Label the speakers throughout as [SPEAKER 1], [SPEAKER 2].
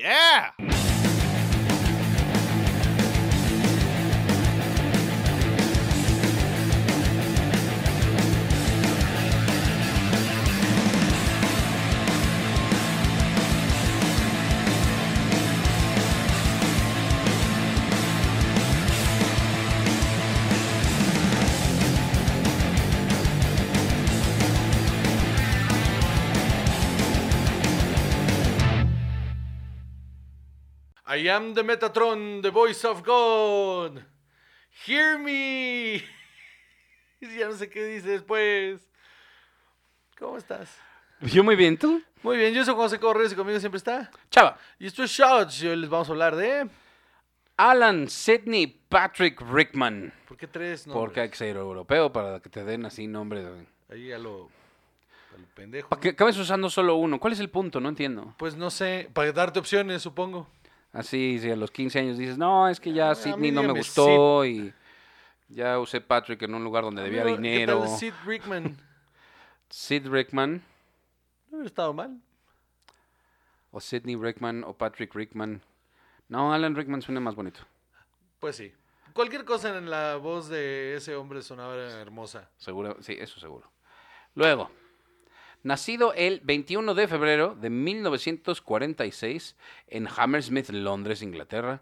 [SPEAKER 1] Yeah. I am the Metatron, the voice of God. Hear me. ya no sé qué dice después. ¿Cómo estás?
[SPEAKER 2] Yo muy bien, ¿tú?
[SPEAKER 1] Muy bien, yo soy José Correos y conmigo siempre está.
[SPEAKER 2] Chava.
[SPEAKER 1] Y esto es Shouts. Y hoy les vamos a hablar de.
[SPEAKER 2] Alan Sidney Patrick Rickman.
[SPEAKER 1] ¿Por qué tres nombres?
[SPEAKER 2] Porque hay que ser europeo para que te den así nombres. güey.
[SPEAKER 1] Ahí a lo, a lo pendejo.
[SPEAKER 2] ¿Para qué acabes usando solo uno? ¿Cuál es el punto? No entiendo.
[SPEAKER 1] Pues no sé, para darte opciones, supongo.
[SPEAKER 2] Así, si a los 15 años dices, no, es que
[SPEAKER 1] Ah,
[SPEAKER 2] ya
[SPEAKER 1] a mí
[SPEAKER 2] Sidney no me
[SPEAKER 1] dígame
[SPEAKER 2] gustó y ya usé Patrick en un lugar donde debía
[SPEAKER 1] Amigo,
[SPEAKER 2] dinero.
[SPEAKER 1] ¿Qué tal Sid Rickman?
[SPEAKER 2] Sid Rickman
[SPEAKER 1] no hubiera estado mal.
[SPEAKER 2] o Sidney Rickman o Patrick Rickman. No, Alan Rickman suena más bonito.
[SPEAKER 1] Pues sí. Cualquier cosa en la voz de ese hombre sonaba hermosa.
[SPEAKER 2] Seguro, sí, eso seguro. Luego, nacido el 21 de febrero de 1946 en Hammersmith, Londres, Inglaterra,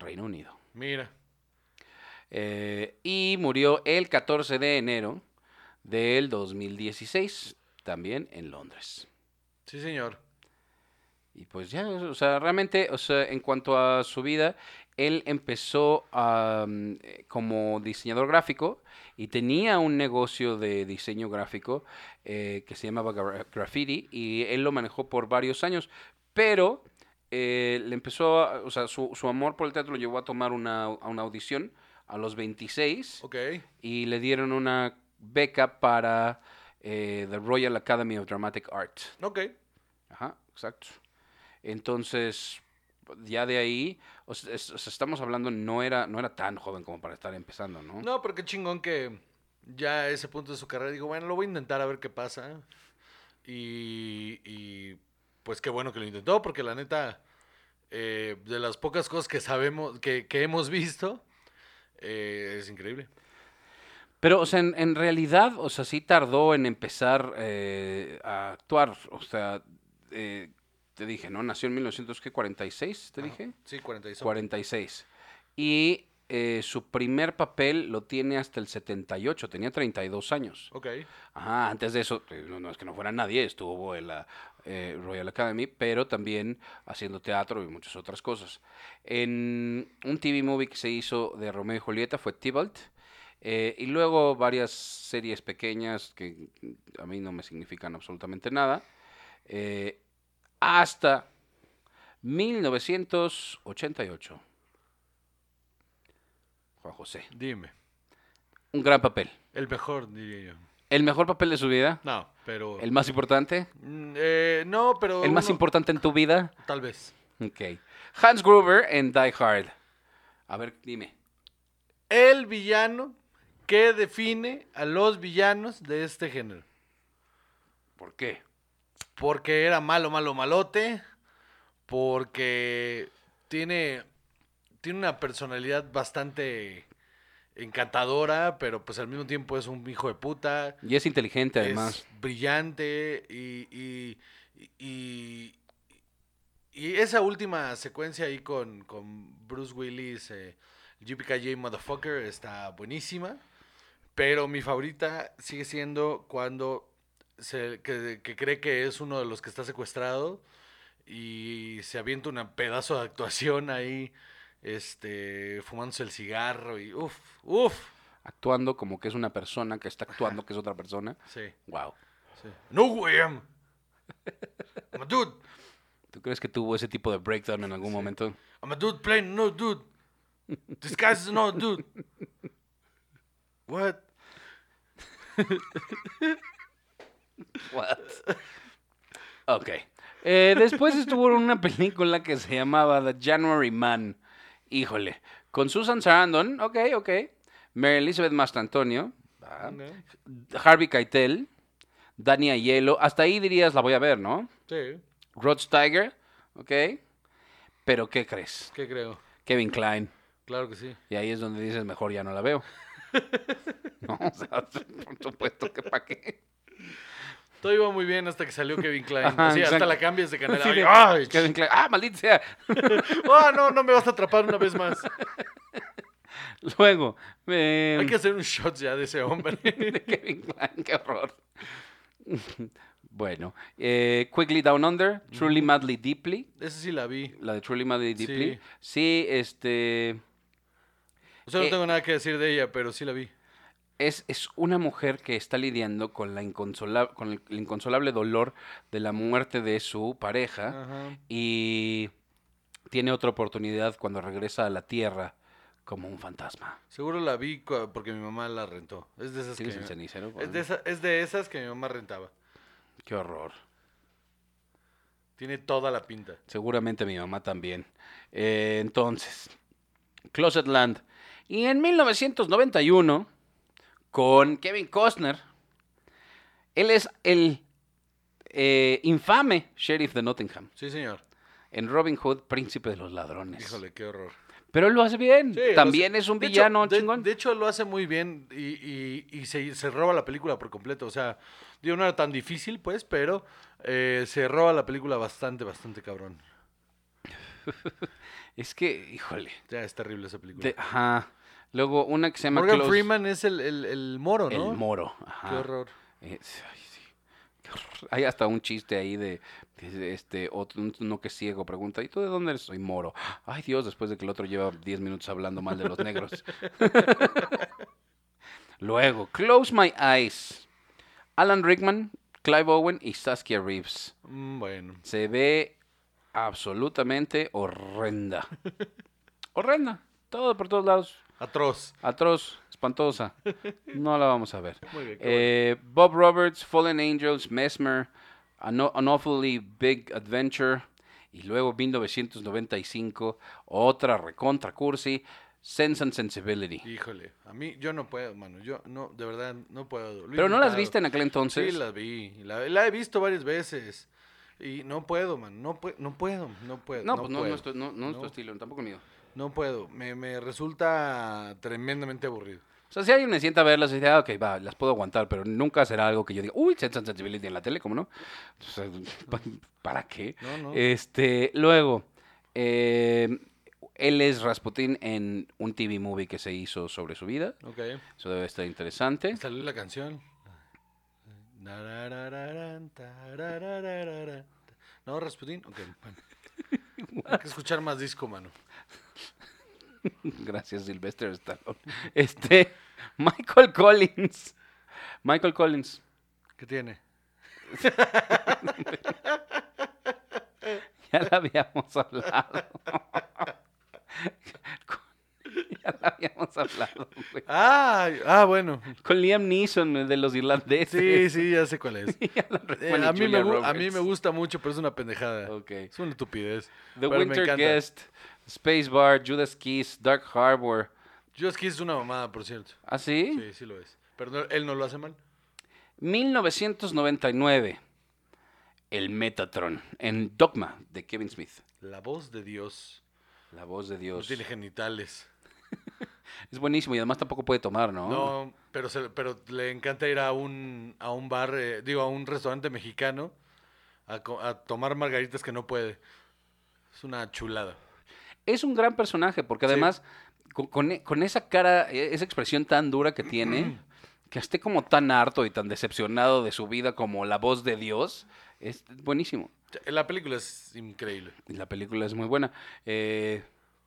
[SPEAKER 2] Reino Unido.
[SPEAKER 1] Mira.
[SPEAKER 2] Eh, y murió el 14 de enero del 2016, también en Londres.
[SPEAKER 1] Sí, señor.
[SPEAKER 2] Y pues ya, o sea, realmente, o sea, en cuanto a su vida, él empezó ah, mm, eh, como diseñador gráfico y tenía un negocio de diseño gráfico eh, que se llamaba Gra- Graffiti y él lo manejó por varios años, pero eh, le empezó, a- o sea, su, su amor por el teatro lo llevó a tomar una, a una audición a los 26
[SPEAKER 1] Ok.
[SPEAKER 2] y le dieron una beca para eh, the Royal Academy of Dramatic Art.
[SPEAKER 1] Ok.
[SPEAKER 2] Ajá, exacto. Entonces, ya de ahí, o sea, es- o sea, estamos hablando, no era, no era tan joven como para estar empezando, ¿no?
[SPEAKER 1] No, pero qué chingón que ya a ese punto de su carrera digo, bueno, lo voy a intentar a ver qué pasa. Y, y, pues qué bueno que lo intentó, porque la neta, eh, de las pocas cosas que sabemos, que, que hemos visto, eh, es increíble.
[SPEAKER 2] Pero, o sea, en, en realidad, o sea, sí tardó en empezar eh, a actuar. O sea, eh, te dije, ¿no? Nació en 1946, te
[SPEAKER 1] Ajá.
[SPEAKER 2] dije.
[SPEAKER 1] Sí, 46.
[SPEAKER 2] 46. Y eh, su primer papel lo tiene hasta el 78, tenía 32 años.
[SPEAKER 1] Ok.
[SPEAKER 2] Ajá, antes de eso, eh, no, no es que no fuera nadie, estuvo en la eh, Royal Academy, pero también haciendo teatro y muchas otras cosas. En un TV movie que se hizo de Romeo y Julieta fue Tybalt, eh, y luego varias series pequeñas que a mí no me significan absolutamente nada, eh, hasta 1988. Juan José,
[SPEAKER 1] Dime.
[SPEAKER 2] un gran papel.
[SPEAKER 1] El mejor, diría yo.
[SPEAKER 2] El mejor papel de su vida,
[SPEAKER 1] No, pero...
[SPEAKER 2] el más importante.
[SPEAKER 1] Mm, eh, no, pero...
[SPEAKER 2] ¿El más
[SPEAKER 1] uno-
[SPEAKER 2] importante en tu vida?
[SPEAKER 1] Tal vez.
[SPEAKER 2] Ok. Hans Gruber en Die Hard. A ver, dime.
[SPEAKER 1] El villano que define a los villanos de este género.
[SPEAKER 2] ¿Por qué?
[SPEAKER 1] Porque era malo, malo, malote. Porque tiene, tiene una personalidad bastante encantadora, pero pues al mismo tiempo es un hijo de puta.
[SPEAKER 2] Y es inteligente,
[SPEAKER 1] Es
[SPEAKER 2] además.
[SPEAKER 1] brillante y, y, y- y esa última secuencia ahí con, con Bruce Willis, eh, JPKJ Motherfucker, está buenísima. Pero mi favorita sigue siendo cuando se, que, que cree que es uno de los que está secuestrado y se avienta un pedazo de actuación ahí, este, fumándose el cigarro y uff, uff.
[SPEAKER 2] Actuando como que es una persona, que está actuando que es otra persona.
[SPEAKER 1] Sí.
[SPEAKER 2] Wow.
[SPEAKER 1] No, güey. am. I'm a dude.
[SPEAKER 2] ¿Tú crees que tuvo ese tipo de breakdown en algún momento?
[SPEAKER 1] I'm a dude playing no dude. This guy's no dude. What?
[SPEAKER 2] What? Ok. Eh, después estuvo en una película que se llamaba The January Man. Híjole. Con Susan Sarandon. Ok, ok. Mary Elizabeth Mastantonio. Ah. Harvey Keitel, Dani Aiello, hasta ahí dirías la voy a ver, ¿no?
[SPEAKER 1] Sí.
[SPEAKER 2] Rod Steiger, ok. Pero ¿qué crees?
[SPEAKER 1] ¿Qué creo?
[SPEAKER 2] Kevin Klein.
[SPEAKER 1] Claro que sí.
[SPEAKER 2] Y ahí es donde dices, mejor ya no la veo. no, o sea, por supuesto que para qué.
[SPEAKER 1] Todo iba muy bien hasta que salió Kevin Klein.
[SPEAKER 2] Ajá,
[SPEAKER 1] Así, hasta
[SPEAKER 2] exacto.
[SPEAKER 1] la cambias de canal.
[SPEAKER 2] Sí,
[SPEAKER 1] Ay,
[SPEAKER 2] de-
[SPEAKER 1] ay,
[SPEAKER 2] Kevin Klein, ah, maldita sea.
[SPEAKER 1] ah, no, no me vas a atrapar una vez más.
[SPEAKER 2] Luego, eh,
[SPEAKER 1] Hay que hacer un shot ya de ese hombre.
[SPEAKER 2] de Kevin Klein, qué horror. bueno, eh, Quickly Down Under, Truly Madly Deeply,
[SPEAKER 1] Ese sí la vi.
[SPEAKER 2] la de Truly Madly
[SPEAKER 1] Sí.
[SPEAKER 2] Deeply. Sí, este
[SPEAKER 1] O sea, no
[SPEAKER 2] Eh.
[SPEAKER 1] tengo nada que decir de ella, pero sí la vi.
[SPEAKER 2] es, es una mujer que está lidiando con la inconsola- con el, el inconsolable dolor de la muerte de su pareja
[SPEAKER 1] Ajá.
[SPEAKER 2] y tiene otra oportunidad cuando regresa a la tierra como un fantasma.
[SPEAKER 1] Seguro la vi cua- porque mi mamá la rentó. Es de esas que...
[SPEAKER 2] ¿Tienes el cenicero?
[SPEAKER 1] Es de, esa- es de esas que mi mamá rentaba.
[SPEAKER 2] Qué horror.
[SPEAKER 1] Tiene toda la pinta.
[SPEAKER 2] Seguramente mi mamá también. Eh, entonces, Closetland. Y en 1991, con Kevin Costner, él es el eh, infame sheriff de Nottingham.
[SPEAKER 1] Sí, señor.
[SPEAKER 2] En Robin Hood, príncipe de los ladrones.
[SPEAKER 1] Híjole, qué horror.
[SPEAKER 2] Pero él lo hace bien.
[SPEAKER 1] Sí, lo
[SPEAKER 2] También
[SPEAKER 1] hace-
[SPEAKER 2] es un
[SPEAKER 1] de hecho,
[SPEAKER 2] villano
[SPEAKER 1] de-
[SPEAKER 2] chingón.
[SPEAKER 1] De, hecho, lo hace muy bien y, y- y se, se roba la película por completo. O sea, digo, no era tan difícil, pues, pero eh, se roba la película bastante, bastante cabrón.
[SPEAKER 2] Es que, híjole.
[SPEAKER 1] Ya es terrible esa película.
[SPEAKER 2] de- ajá. Luego una que se llama
[SPEAKER 1] Morgan
[SPEAKER 2] Close-
[SPEAKER 1] Freeman es el, el- el moro, ¿no?
[SPEAKER 2] El moro. Ajá.
[SPEAKER 1] Qué horror.
[SPEAKER 2] Eh, sí, ay, sí. Qué horror. Hay hasta un chiste ahí de, de este otro, un- uno que es ciego pregunta, ¿y tú de dónde eres? Soy moro. Ay Dios, después de que el otro lleva 10 minutos hablando mal de los negros. Luego, Close My Eyes. Alan Rickman, Clive Owen y Saskia Reeves.
[SPEAKER 1] Mm, Bueno.
[SPEAKER 2] Se ve absolutamente horrenda. horrenda. Todo por todos lados.
[SPEAKER 1] Atroz.
[SPEAKER 2] Atroz, espantosa. No la vamos a ver.
[SPEAKER 1] Muy bien, qué
[SPEAKER 2] Eh, Bob Roberts, Fallen Angels, Mesmer, An, An Awfully Big Adventure. Y luego 1995, otra recontra cursi, Sense and Sensibility.
[SPEAKER 1] Híjole. A mí, yo no puedo, mano. Yo, no, de verdad, no puedo. Lo he
[SPEAKER 2] Pero no las
[SPEAKER 1] intentado.
[SPEAKER 2] viste en aquel entonces.
[SPEAKER 1] Sí, la vi. La, la he visto varias veces. Y no puedo, man. No, pue- no puedo, no puedo.
[SPEAKER 2] no, pues no, no,
[SPEAKER 1] puedo.
[SPEAKER 2] es tu- no- no es tu
[SPEAKER 1] No.
[SPEAKER 2] estilo, tampoco mío.
[SPEAKER 1] No puedo, me, me resulta tremendamente aburrido.
[SPEAKER 2] O sea, si alguien me sienta a verlas y dice, ah, ok, va, las puedo aguantar, pero nunca será algo que yo diga, uy, Sense and Sensibility en la tele, ¿cómo no? O sea, ¿pa- ¿Para qué?
[SPEAKER 1] No, no.
[SPEAKER 2] Este, luego, eh, él es Rasputin en un TV movie que se hizo sobre su vida.
[SPEAKER 1] ok.
[SPEAKER 2] Eso debe estar interesante.
[SPEAKER 1] Salió la canción. Nararararán, tarararararán. No, Rasputin. Ok, bueno. Hay que escuchar más disco, mano.
[SPEAKER 2] Gracias, Sylvester Stallone. Este, Michael Collins. Michael Collins.
[SPEAKER 1] ¿Qué tiene?
[SPEAKER 2] Ya la habíamos hablado. ya la habíamos hablado, güey.
[SPEAKER 1] Ah, ah, bueno.
[SPEAKER 2] Con Liam Neeson, el de los
[SPEAKER 1] Sí,
[SPEAKER 2] irlandeses.
[SPEAKER 1] sí, ya sé cuál es.
[SPEAKER 2] Alan
[SPEAKER 1] Eh,
[SPEAKER 2] Rickman y
[SPEAKER 1] a, mí
[SPEAKER 2] Julia
[SPEAKER 1] me, gu- a mí
[SPEAKER 2] Roberts.
[SPEAKER 1] me gusta mucho, pero es una pendejada.
[SPEAKER 2] Ok.
[SPEAKER 1] Es una estupidez.
[SPEAKER 2] The
[SPEAKER 1] Pero me
[SPEAKER 2] Winter
[SPEAKER 1] encanta.
[SPEAKER 2] Guest, Space Bar, Judas Kiss, Dark Harbor.
[SPEAKER 1] Just Kiss es una mamada, por cierto.
[SPEAKER 2] ¿Ah, sí?
[SPEAKER 1] Sí, sí lo es. Pero no- él no lo hace mal.
[SPEAKER 2] 1999. El Metatron en Dogma de Kevin Smith.
[SPEAKER 1] La voz de Dios.
[SPEAKER 2] La voz de
[SPEAKER 1] No
[SPEAKER 2] Dios.
[SPEAKER 1] tiene genitales.
[SPEAKER 2] Es buenísimo y además tampoco puede tomar, ¿no?
[SPEAKER 1] No, pero, se- pero le encanta ir a un, a un bar, eh, digo, a un restaurante mexicano a, co- a tomar margaritas que no puede. Es una chulada.
[SPEAKER 2] Es un gran personaje porque
[SPEAKER 1] Sí.
[SPEAKER 2] además con, con- con esa cara, e- esa expresión tan dura que tiene, que esté como tan harto y tan decepcionado de su vida como la voz de Dios, es buenísimo.
[SPEAKER 1] La película es increíble.
[SPEAKER 2] Y la película es muy buena. Eh,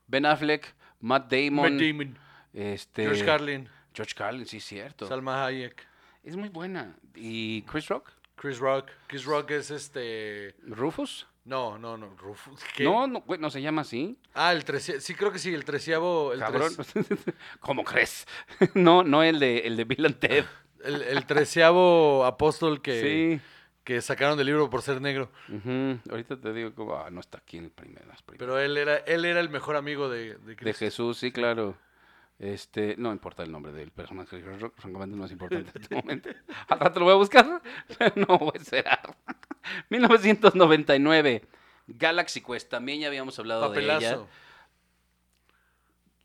[SPEAKER 2] ben Affleck, Matt Damon.
[SPEAKER 1] Matt Damon,
[SPEAKER 2] Este,
[SPEAKER 1] George Carlin,
[SPEAKER 2] George Carlin, sí, cierto.
[SPEAKER 1] Salma Hayek,
[SPEAKER 2] es muy buena. ¿Y Chris Rock?
[SPEAKER 1] Chris Rock. Chris Rock es este...
[SPEAKER 2] ¿Rufus?
[SPEAKER 1] No, no, no. Rufus. ¿qué?
[SPEAKER 2] No, no, güey, no se llama así.
[SPEAKER 1] Ah, el trece... Sí, creo que sí, el treceavo... El,
[SPEAKER 2] Cabrón.
[SPEAKER 1] trece-
[SPEAKER 2] ¿Cómo crees? no, no el de, el de Bill and Ted.
[SPEAKER 1] el, el treceavo apóstol que,
[SPEAKER 2] Sí.
[SPEAKER 1] que sacaron del libro por ser negro.
[SPEAKER 2] Ujú, Ahorita te digo que ah, no está aquí en el primer. las primeras.
[SPEAKER 1] Pero él era, él era el mejor amigo de, de
[SPEAKER 2] de
[SPEAKER 1] Chris.
[SPEAKER 2] Jesús, sí, claro. Este, no importa el nombre del personaje de Chris Rock, francamente no es importante en este momento. Al rato lo voy a buscar. no voy a esperar. 1999. Galaxy Quest, también ya habíamos hablado de ella.
[SPEAKER 1] Papelazo.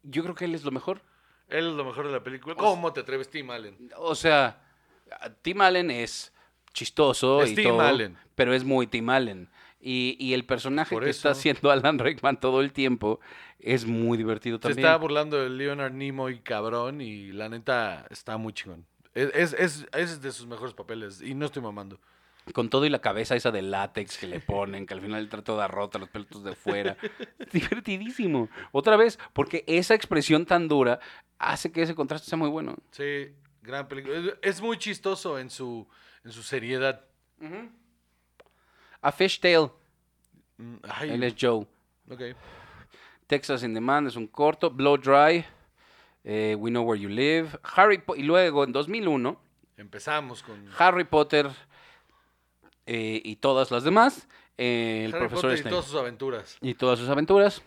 [SPEAKER 2] Yo creo que él es lo mejor.
[SPEAKER 1] Él es lo mejor de la película.
[SPEAKER 2] Pues
[SPEAKER 1] ¿Cómo te atreves, Tim Allen?
[SPEAKER 2] O sea, Tim Allen es chistoso
[SPEAKER 1] Es
[SPEAKER 2] y
[SPEAKER 1] Tim
[SPEAKER 2] todo,
[SPEAKER 1] Allen.
[SPEAKER 2] pero es muy Tim Allen. Y, y el personaje
[SPEAKER 1] Por
[SPEAKER 2] que está
[SPEAKER 1] eso.
[SPEAKER 2] haciendo Alan Rickman todo el tiempo es muy divertido
[SPEAKER 1] Se
[SPEAKER 2] también.
[SPEAKER 1] está burlando de Leonard Nimoy, cabrón, y la neta está muy chingón. Es, es, es, es de sus mejores papeles y no estoy mamando.
[SPEAKER 2] Con todo y la cabeza esa de látex que le ponen, que al final trata toda rota, los pelitos de fuera. Divertidísimo. Otra vez, porque esa expresión tan dura hace que ese contraste sea muy bueno.
[SPEAKER 1] Sí, gran película. Es- Es muy chistoso en su, en su seriedad.
[SPEAKER 2] A Fish Tale,
[SPEAKER 1] Mm, Ay,
[SPEAKER 2] él es Joe.
[SPEAKER 1] ok.
[SPEAKER 2] Texas in Demand es un corto. Blow Dry, eh, We Know Where You Live. Harry Po- y luego en 2001,
[SPEAKER 1] Empezamos con
[SPEAKER 2] Harry Potter eh, y todas las demás. eh, el
[SPEAKER 1] Harry
[SPEAKER 2] profesor
[SPEAKER 1] Potter y
[SPEAKER 2] Snape.
[SPEAKER 1] todas sus aventuras.
[SPEAKER 2] y todas sus aventuras,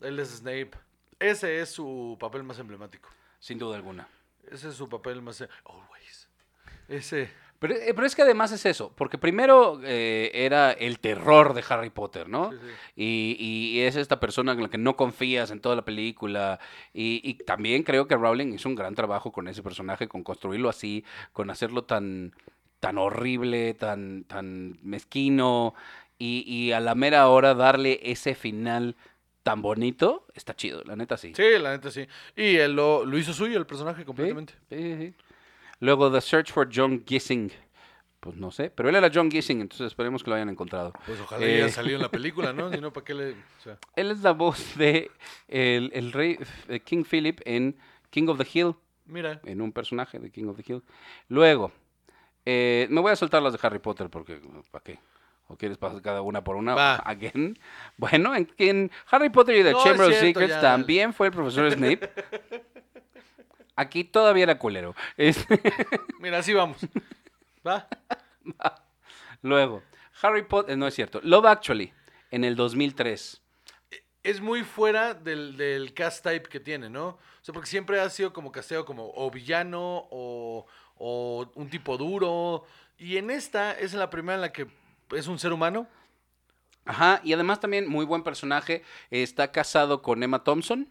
[SPEAKER 1] Él es Snape. Ese es su papel más emblemático.
[SPEAKER 2] sin duda alguna.
[SPEAKER 1] Ese es su papel más... em-, Always. Ese...
[SPEAKER 2] Pero, eh, pero es que además es eso, porque primero eh, era el terror de Harry Potter, ¿no?
[SPEAKER 1] Sí, sí.
[SPEAKER 2] Y, y es esta persona en la que no confías en toda la película. Y, y también creo que Rowling hizo un gran trabajo con ese personaje, con construirlo así, con hacerlo tan, tan horrible, tan, tan mezquino. Y, y a la mera hora darle ese final tan bonito, está chido, la neta sí.
[SPEAKER 1] Sí, la neta sí. Y él lo, lo hizo suyo el personaje completamente.
[SPEAKER 2] Sí, sí, sí. Luego The Search for John Gissing. Pues no sé, pero él era John Gissing, entonces esperemos que lo hayan encontrado.
[SPEAKER 1] Pues ojalá
[SPEAKER 2] Eh.
[SPEAKER 1] haya salido en la película, ¿no? Si no, ¿para qué le...? o sea,
[SPEAKER 2] Él es la voz de el, el rey eh, King Philip en King of the Hill,
[SPEAKER 1] mira.
[SPEAKER 2] en un personaje de King of the Hill. Luego, eh, me voy a soltar las de Harry Potter porque ¿para qué? ¿O quieres pasar cada una por una?
[SPEAKER 1] Va.
[SPEAKER 2] Again. Bueno, en, en Harry Potter y The
[SPEAKER 1] No, es
[SPEAKER 2] Chamber of
[SPEAKER 1] cierto,
[SPEAKER 2] Secrets
[SPEAKER 1] ya, dale.
[SPEAKER 2] también fue el profesor Snape. Aquí todavía era culero. Es-
[SPEAKER 1] Mira, así vamos. ¿Va?
[SPEAKER 2] Luego, Harry Potter, eh, no es cierto, Love Actually, en el 2003.
[SPEAKER 1] Es muy fuera del, del cast type que tiene, ¿no? O sea, porque siempre ha sido como casteado como o villano o, o un tipo duro. Y en esta es la primera en la que es un ser humano.
[SPEAKER 2] Ajá, y además también muy buen personaje, está casado con Emma Thompson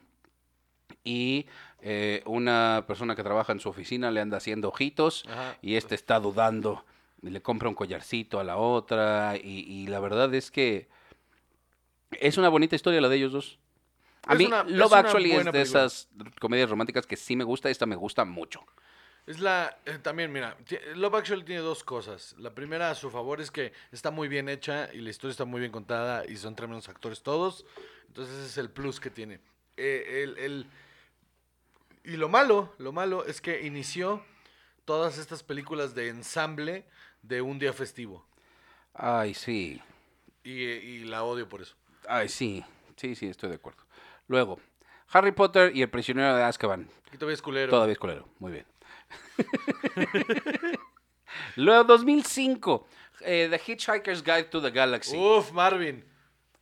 [SPEAKER 2] y eh, una persona que trabaja en su oficina le anda haciendo ojitos
[SPEAKER 1] Ajá.
[SPEAKER 2] y este está dudando, y le compra un collarcito a la otra y, y la verdad es que es una bonita historia la de ellos dos. A
[SPEAKER 1] Es
[SPEAKER 2] mí,
[SPEAKER 1] una- es
[SPEAKER 2] Love
[SPEAKER 1] una
[SPEAKER 2] Actually es de
[SPEAKER 1] buena película.
[SPEAKER 2] esas comedias románticas que sí me gusta, esta me gusta mucho.
[SPEAKER 1] Es la. eh, también, mira, ti- Love Actually tiene dos cosas. La primera, a su favor, es que está muy bien hecha y la historia está muy bien contada y son tremendos actores todos. Entonces, ese es el plus que tiene. Eh, el- el- y lo malo, lo malo es que inició todas estas películas de ensamble de un día festivo.
[SPEAKER 2] Ay, sí.
[SPEAKER 1] Y, eh, y la odio por eso.
[SPEAKER 2] Ay, sí, sí, sí, estoy de acuerdo. Luego, Harry Potter y el prisionero de Azkaban.
[SPEAKER 1] Aquí todavía es culero.
[SPEAKER 2] Todavía es culero, muy bien. Luego, 2005, eh, The Hitchhiker's Guide to the Galaxy.
[SPEAKER 1] Uf, Marvin.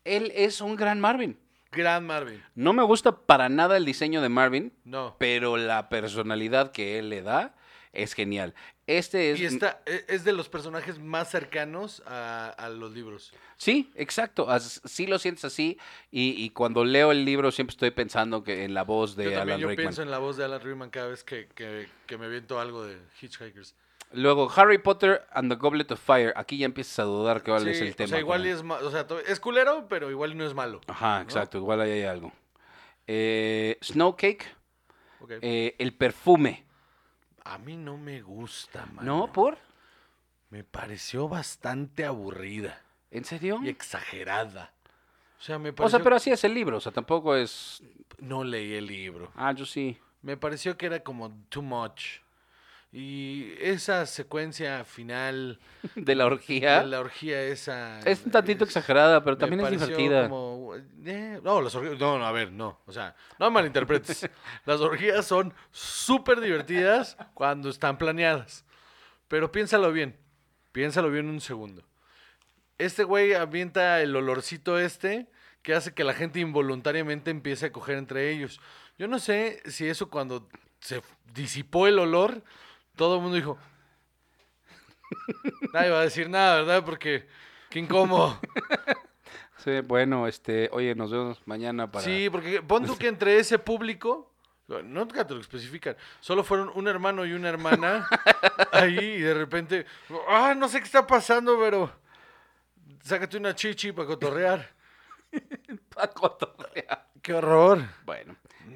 [SPEAKER 2] Él es un gran Marvin.
[SPEAKER 1] Gran Marvin.
[SPEAKER 2] No me gusta para nada el diseño de Marvin,
[SPEAKER 1] No.
[SPEAKER 2] pero la personalidad que él le da es genial. Este es...
[SPEAKER 1] Y está, e- es de los personajes más cercanos a, a los libros.
[SPEAKER 2] Sí, exacto. as- Sí lo sientes así. Y, y cuando leo el libro siempre estoy pensando que en la voz de
[SPEAKER 1] yo también
[SPEAKER 2] Alan
[SPEAKER 1] yo
[SPEAKER 2] Rickman.
[SPEAKER 1] pienso en la voz de Alan Rickman cada vez que, que, que me viento algo de Hitchhikers.
[SPEAKER 2] Luego, Harry Potter and the Goblet of Fire. Aquí ya empiezas a dudar que cuál es
[SPEAKER 1] Sí,
[SPEAKER 2] el tema. Ah,
[SPEAKER 1] O sea, igual
[SPEAKER 2] con
[SPEAKER 1] y
[SPEAKER 2] él.
[SPEAKER 1] es, ma- o sea, to- es culero, pero igual y no es malo.
[SPEAKER 2] Ajá,
[SPEAKER 1] ¿no?
[SPEAKER 2] exacto. Igual ahí hay algo. Eh, Snowcake,
[SPEAKER 1] Ok.
[SPEAKER 2] eh, el perfume.
[SPEAKER 1] A mí no me gusta, mano.
[SPEAKER 2] ¿No? ¿Por?
[SPEAKER 1] Me pareció bastante aburrida
[SPEAKER 2] ¿En serio?
[SPEAKER 1] y exagerada. O sea, me
[SPEAKER 2] O
[SPEAKER 1] pareció...
[SPEAKER 2] sea, pero así es el libro. O sea, tampoco es...
[SPEAKER 1] No leí el libro.
[SPEAKER 2] Ah, yo sí.
[SPEAKER 1] Me pareció que era como too much. Y esa secuencia final
[SPEAKER 2] De la orgía.
[SPEAKER 1] de la orgía esa...
[SPEAKER 2] Es un tantito
[SPEAKER 1] es-
[SPEAKER 2] exagerada, pero
[SPEAKER 1] Me
[SPEAKER 2] también es
[SPEAKER 1] pareció
[SPEAKER 2] divertida.
[SPEAKER 1] como, eh, no, las orgías. No, no, a ver, no. O sea, no malinterpretes. las orgías son súper divertidas cuando están planeadas. Pero piénsalo bien. Piénsalo bien un segundo. Este güey avienta el olorcito este que hace que la gente involuntariamente empiece a coger entre ellos. Yo no sé si eso cuando se disipó el olor, todo el mundo dijo. Nadie va a decir nada, ¿verdad? Porque qué incómodo.
[SPEAKER 2] Sí, bueno, este, oye, nos vemos mañana para...
[SPEAKER 1] Sí, porque pon tú que entre ese público, no nunca te lo especifican, solo fueron un hermano y una hermana ahí y de repente, ah, no sé qué está pasando, pero sácate una chichi para cotorrear.
[SPEAKER 2] para cotorrear.
[SPEAKER 1] Qué horror.
[SPEAKER 2] Bueno,
[SPEAKER 1] Mm.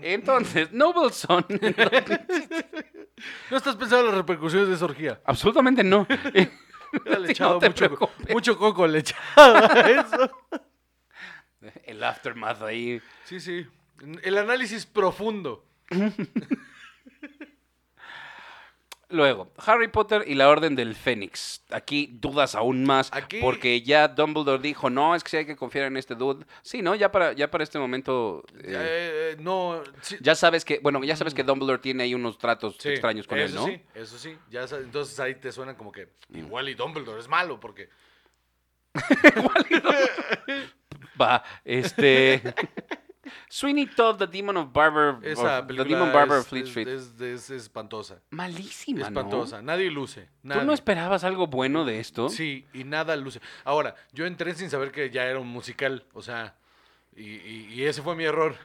[SPEAKER 2] entonces, Nobleson.
[SPEAKER 1] ¿No estás pensando en las repercusiones de esa orgía?
[SPEAKER 2] Absolutamente no.
[SPEAKER 1] Era
[SPEAKER 2] Sí,
[SPEAKER 1] le echado
[SPEAKER 2] no te
[SPEAKER 1] mucho, co-
[SPEAKER 2] preocupes.
[SPEAKER 1] mucho coco le echaba a eso.
[SPEAKER 2] El aftermath ahí.
[SPEAKER 1] Sí, sí. El análisis profundo.
[SPEAKER 2] Luego, Harry Potter y la Orden del Fénix. Aquí dudas aún más,
[SPEAKER 1] Aquí-
[SPEAKER 2] porque ya Dumbledore dijo, no, es que sí hay que confiar en este dude. Sí, ¿no? Ya para, ya para este momento... eh,
[SPEAKER 1] Eh, no, sí,
[SPEAKER 2] Ya sabes que, bueno, ya sabes que Dumbledore tiene ahí unos tratos
[SPEAKER 1] sí,
[SPEAKER 2] extraños con él,
[SPEAKER 1] eso
[SPEAKER 2] ¿no? Mm.
[SPEAKER 1] Sí, eso sí. Ya sa- entonces ahí te suena como que igual y Dumbledore es malo porque
[SPEAKER 2] Va, este. Sweeney Todd, The Demon of Barber. of-
[SPEAKER 1] esa
[SPEAKER 2] the
[SPEAKER 1] película
[SPEAKER 2] Demon Barber
[SPEAKER 1] es,
[SPEAKER 2] of Fleet
[SPEAKER 1] es-
[SPEAKER 2] Street.
[SPEAKER 1] es- es espantosa.
[SPEAKER 2] Malísima, ¿no?
[SPEAKER 1] espantosa. Nadie luce.
[SPEAKER 2] ¿Tú no
[SPEAKER 1] nadie.
[SPEAKER 2] esperabas algo bueno de esto?
[SPEAKER 1] Sí, y nada luce. Ahora, yo entré sin saber que ya era un musical, o sea, y, y- y ese fue mi error.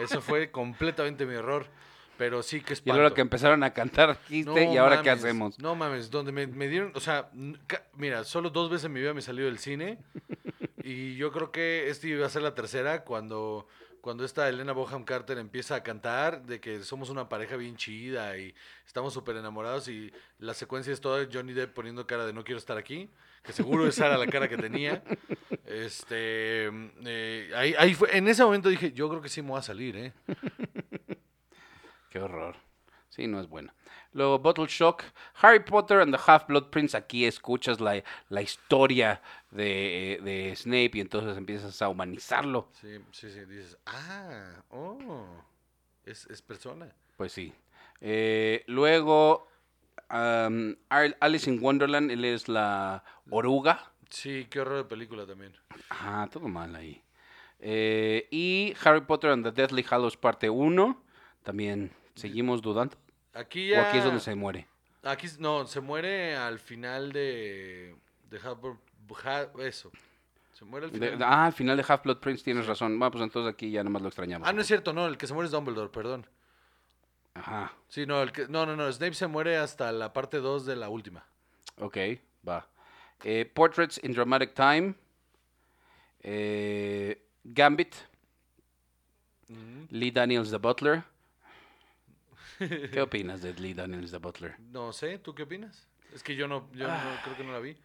[SPEAKER 1] ese fue completamente mi error. Pero sí que
[SPEAKER 2] Y
[SPEAKER 1] espanto.
[SPEAKER 2] ahora que empezaron a cantar dijiste,
[SPEAKER 1] No
[SPEAKER 2] ¿y ahora qué
[SPEAKER 1] mames,
[SPEAKER 2] hacemos?
[SPEAKER 1] No mames, donde me, me dieron, o sea, n- ca- mira, solo dos veces en mi vida me salí del cine y yo creo que esta iba a ser la tercera cuando, cuando esta Elena Boham Carter empieza a cantar de que somos una pareja bien chida y estamos súper enamorados y la secuencia es toda Johnny Depp poniendo cara de no quiero estar aquí, que seguro esa era la cara que tenía. Este, eh, ahí, ahí fue, en ese momento dije, yo creo que sí me voy a salir, ¿eh?
[SPEAKER 2] Qué horror. Sí, no es bueno. Luego, Bottle Shock, Harry Potter and the Half-Blood Prince. Aquí escuchas la, la historia de, eh, de Snape y entonces empiezas a humanizarlo.
[SPEAKER 1] Sí, sí, sí, dices, ah, oh, es, es persona.
[SPEAKER 2] Pues sí. Eh, luego, am, Al- Alice in Wonderland, él es la oruga.
[SPEAKER 1] Sí, qué horror de película también.
[SPEAKER 2] Ajá, todo mal ahí. Eh, y Harry Potter and the Deathly Hallows parte 1. También seguimos dudando.
[SPEAKER 1] Aquí
[SPEAKER 2] ¿O
[SPEAKER 1] ya.
[SPEAKER 2] aquí es donde se muere?
[SPEAKER 1] Aquí s- no, se muere al final de. De Harper. Ja- eso. Se muere al
[SPEAKER 2] De-
[SPEAKER 1] final.
[SPEAKER 2] de- ah, al final de Half-Blood Prince tienes razón. Bueno, pues entonces aquí ya nomás lo extrañamos.
[SPEAKER 1] ah, no es cierto, no, el que se muere es Dumbledore, perdón.
[SPEAKER 2] Ajá,
[SPEAKER 1] Sí, no, el que, no, no, no, Snape se muere hasta la parte 2 de la última.
[SPEAKER 2] ok, va. Eh, Portraits in Dramatic Time. Eh, Gambit, Lee Daniels the Butler. ¿Qué opinas de Lee Daniels the Butler?
[SPEAKER 1] No sé, ¿tú qué opinas? Es que yo no, yo
[SPEAKER 2] Ah.
[SPEAKER 1] no creo que no la vi.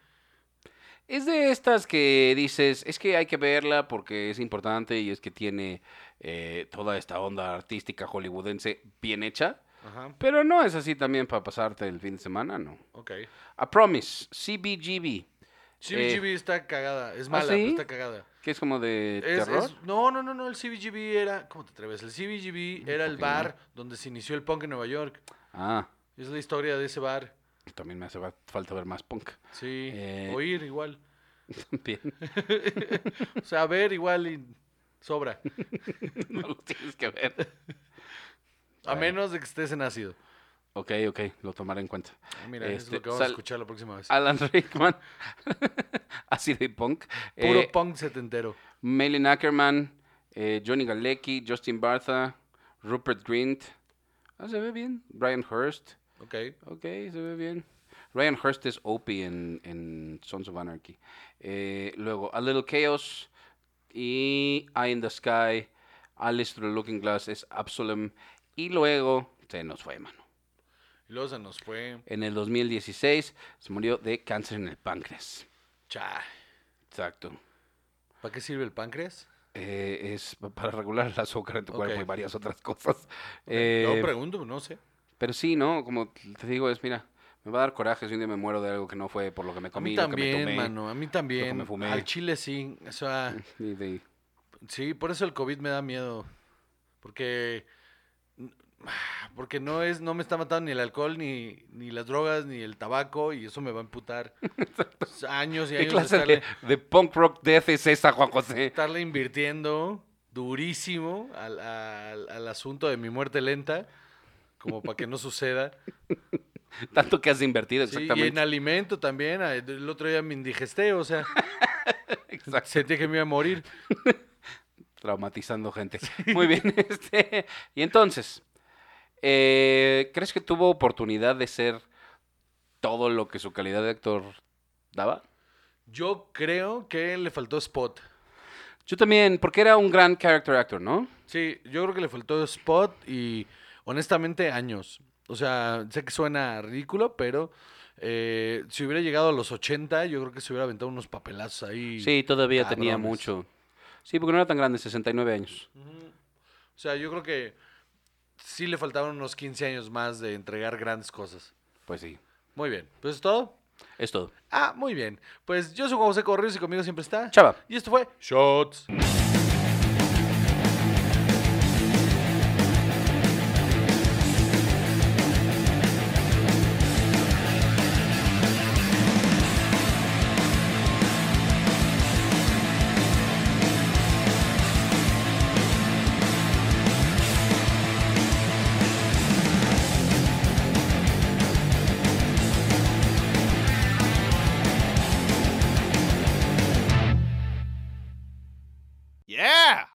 [SPEAKER 2] Es de estas que dices, es que hay que verla porque es importante y es que tiene eh, toda esta onda artística hollywoodense bien hecha.
[SPEAKER 1] Ajá,
[SPEAKER 2] Pero no es así también para pasarte el fin de semana, no.
[SPEAKER 1] ok.
[SPEAKER 2] A Promise, CBGB,
[SPEAKER 1] CBGB está cagada, es mala,
[SPEAKER 2] ¿Ah, sí?
[SPEAKER 1] pero está cagada.
[SPEAKER 2] que es como de
[SPEAKER 1] Es-
[SPEAKER 2] terror.
[SPEAKER 1] es- no, no, no, no, el CBGB era. ¿Cómo te atreves? El CBGB era el
[SPEAKER 2] poquito, ¿no?
[SPEAKER 1] bar donde se inició el punk en Nueva York.
[SPEAKER 2] Ah,
[SPEAKER 1] Es la historia de ese bar.
[SPEAKER 2] también me hace va- falta ver más punk.
[SPEAKER 1] Sí,
[SPEAKER 2] Eh,
[SPEAKER 1] oír igual.
[SPEAKER 2] También,
[SPEAKER 1] O sea, ver igual y sobra.
[SPEAKER 2] no lo tienes que ver.
[SPEAKER 1] A
[SPEAKER 2] Bueno.
[SPEAKER 1] menos de que estés en ácido. Ah,
[SPEAKER 2] Ok, ok, lo tomaré en cuenta.
[SPEAKER 1] Mira, es
[SPEAKER 2] Este,
[SPEAKER 1] lo que vamos
[SPEAKER 2] sal- Ah,
[SPEAKER 1] a escuchar la próxima vez.
[SPEAKER 2] Alan Rickman, ácido y punk.
[SPEAKER 1] Puro
[SPEAKER 2] Eh,
[SPEAKER 1] punk setentero.
[SPEAKER 2] Malin Ackerman, eh, Johnny Galecki, Justin Bartha, Rupert Grint. Ah, se ve bien. Brian Hurst.
[SPEAKER 1] Ok.
[SPEAKER 2] Ok, se ve bien. Ryan Hurst es Opie en, en Sons of Anarchy. Eh, luego, A Little Chaos y Eye in the Sky. Alice Through the Looking Glass es Absolem. Y luego se nos fue, mano.
[SPEAKER 1] Y luego se nos fue.
[SPEAKER 2] En el 2016 se murió de cáncer en el páncreas.
[SPEAKER 1] Cha.
[SPEAKER 2] Exacto.
[SPEAKER 1] ¿Para qué sirve el páncreas?
[SPEAKER 2] Eh, es pa- para regular el azúcar en tu
[SPEAKER 1] Ok.
[SPEAKER 2] cuerpo y varias otras cosas.
[SPEAKER 1] Yo
[SPEAKER 2] Eh,
[SPEAKER 1] pregunto, no sé.
[SPEAKER 2] pero sí, ¿no? Como te digo, es, mira, me va a dar coraje si un día me muero de algo que no fue por lo que me
[SPEAKER 1] A
[SPEAKER 2] comí,
[SPEAKER 1] mí
[SPEAKER 2] lo que me
[SPEAKER 1] también,
[SPEAKER 2] tomé.
[SPEAKER 1] mano. A mí también.
[SPEAKER 2] me fumé.
[SPEAKER 1] Al chile sí. O sea,
[SPEAKER 2] Y de-
[SPEAKER 1] sí, por eso el COVID me da miedo. Porque. ah, Porque no es, no me está matando ni el alcohol, ni, ni las drogas, ni el tabaco, y eso me va a emputar. Años y años
[SPEAKER 2] ¿Qué
[SPEAKER 1] de
[SPEAKER 2] clase
[SPEAKER 1] estarle-
[SPEAKER 2] de, de punk rock death es esa, Juan José?
[SPEAKER 1] estarle invirtiendo durísimo al, al- al asunto de mi muerte lenta, como para que no suceda.
[SPEAKER 2] Tanto que has invertido,
[SPEAKER 1] Sí, y en
[SPEAKER 2] exactamente.
[SPEAKER 1] alimento también. ah, El otro día me indigesté, o sea,
[SPEAKER 2] Exacto.
[SPEAKER 1] sentí que me iba a morir.
[SPEAKER 2] Traumatizando gente. Muy bien. Este, y entonces, eh, ¿crees que tuvo oportunidad de ser todo lo que su calidad de actor daba?
[SPEAKER 1] Yo creo que le faltó spot.
[SPEAKER 2] Yo también, porque era un gran character actor, ¿no?
[SPEAKER 1] Sí, yo creo que le faltó spot y honestamente años. O sea, sé que suena ridículo, pero eh, si hubiera llegado a los 80, yo creo que se hubiera aventado unos papelazos ahí.
[SPEAKER 2] Sí, todavía tenía
[SPEAKER 1] cabrones.
[SPEAKER 2] mucho. Sí, porque no era tan grande, 69 años.
[SPEAKER 1] O sea, yo creo que sí le faltaban unos 15 años más de entregar grandes cosas.
[SPEAKER 2] Pues sí,
[SPEAKER 1] Muy bien, pues es todo.
[SPEAKER 2] es todo.
[SPEAKER 1] Ah, muy bien. Pues yo soy Juan José Correos y conmigo siempre está.
[SPEAKER 2] Chava.
[SPEAKER 1] Y esto fue Shots.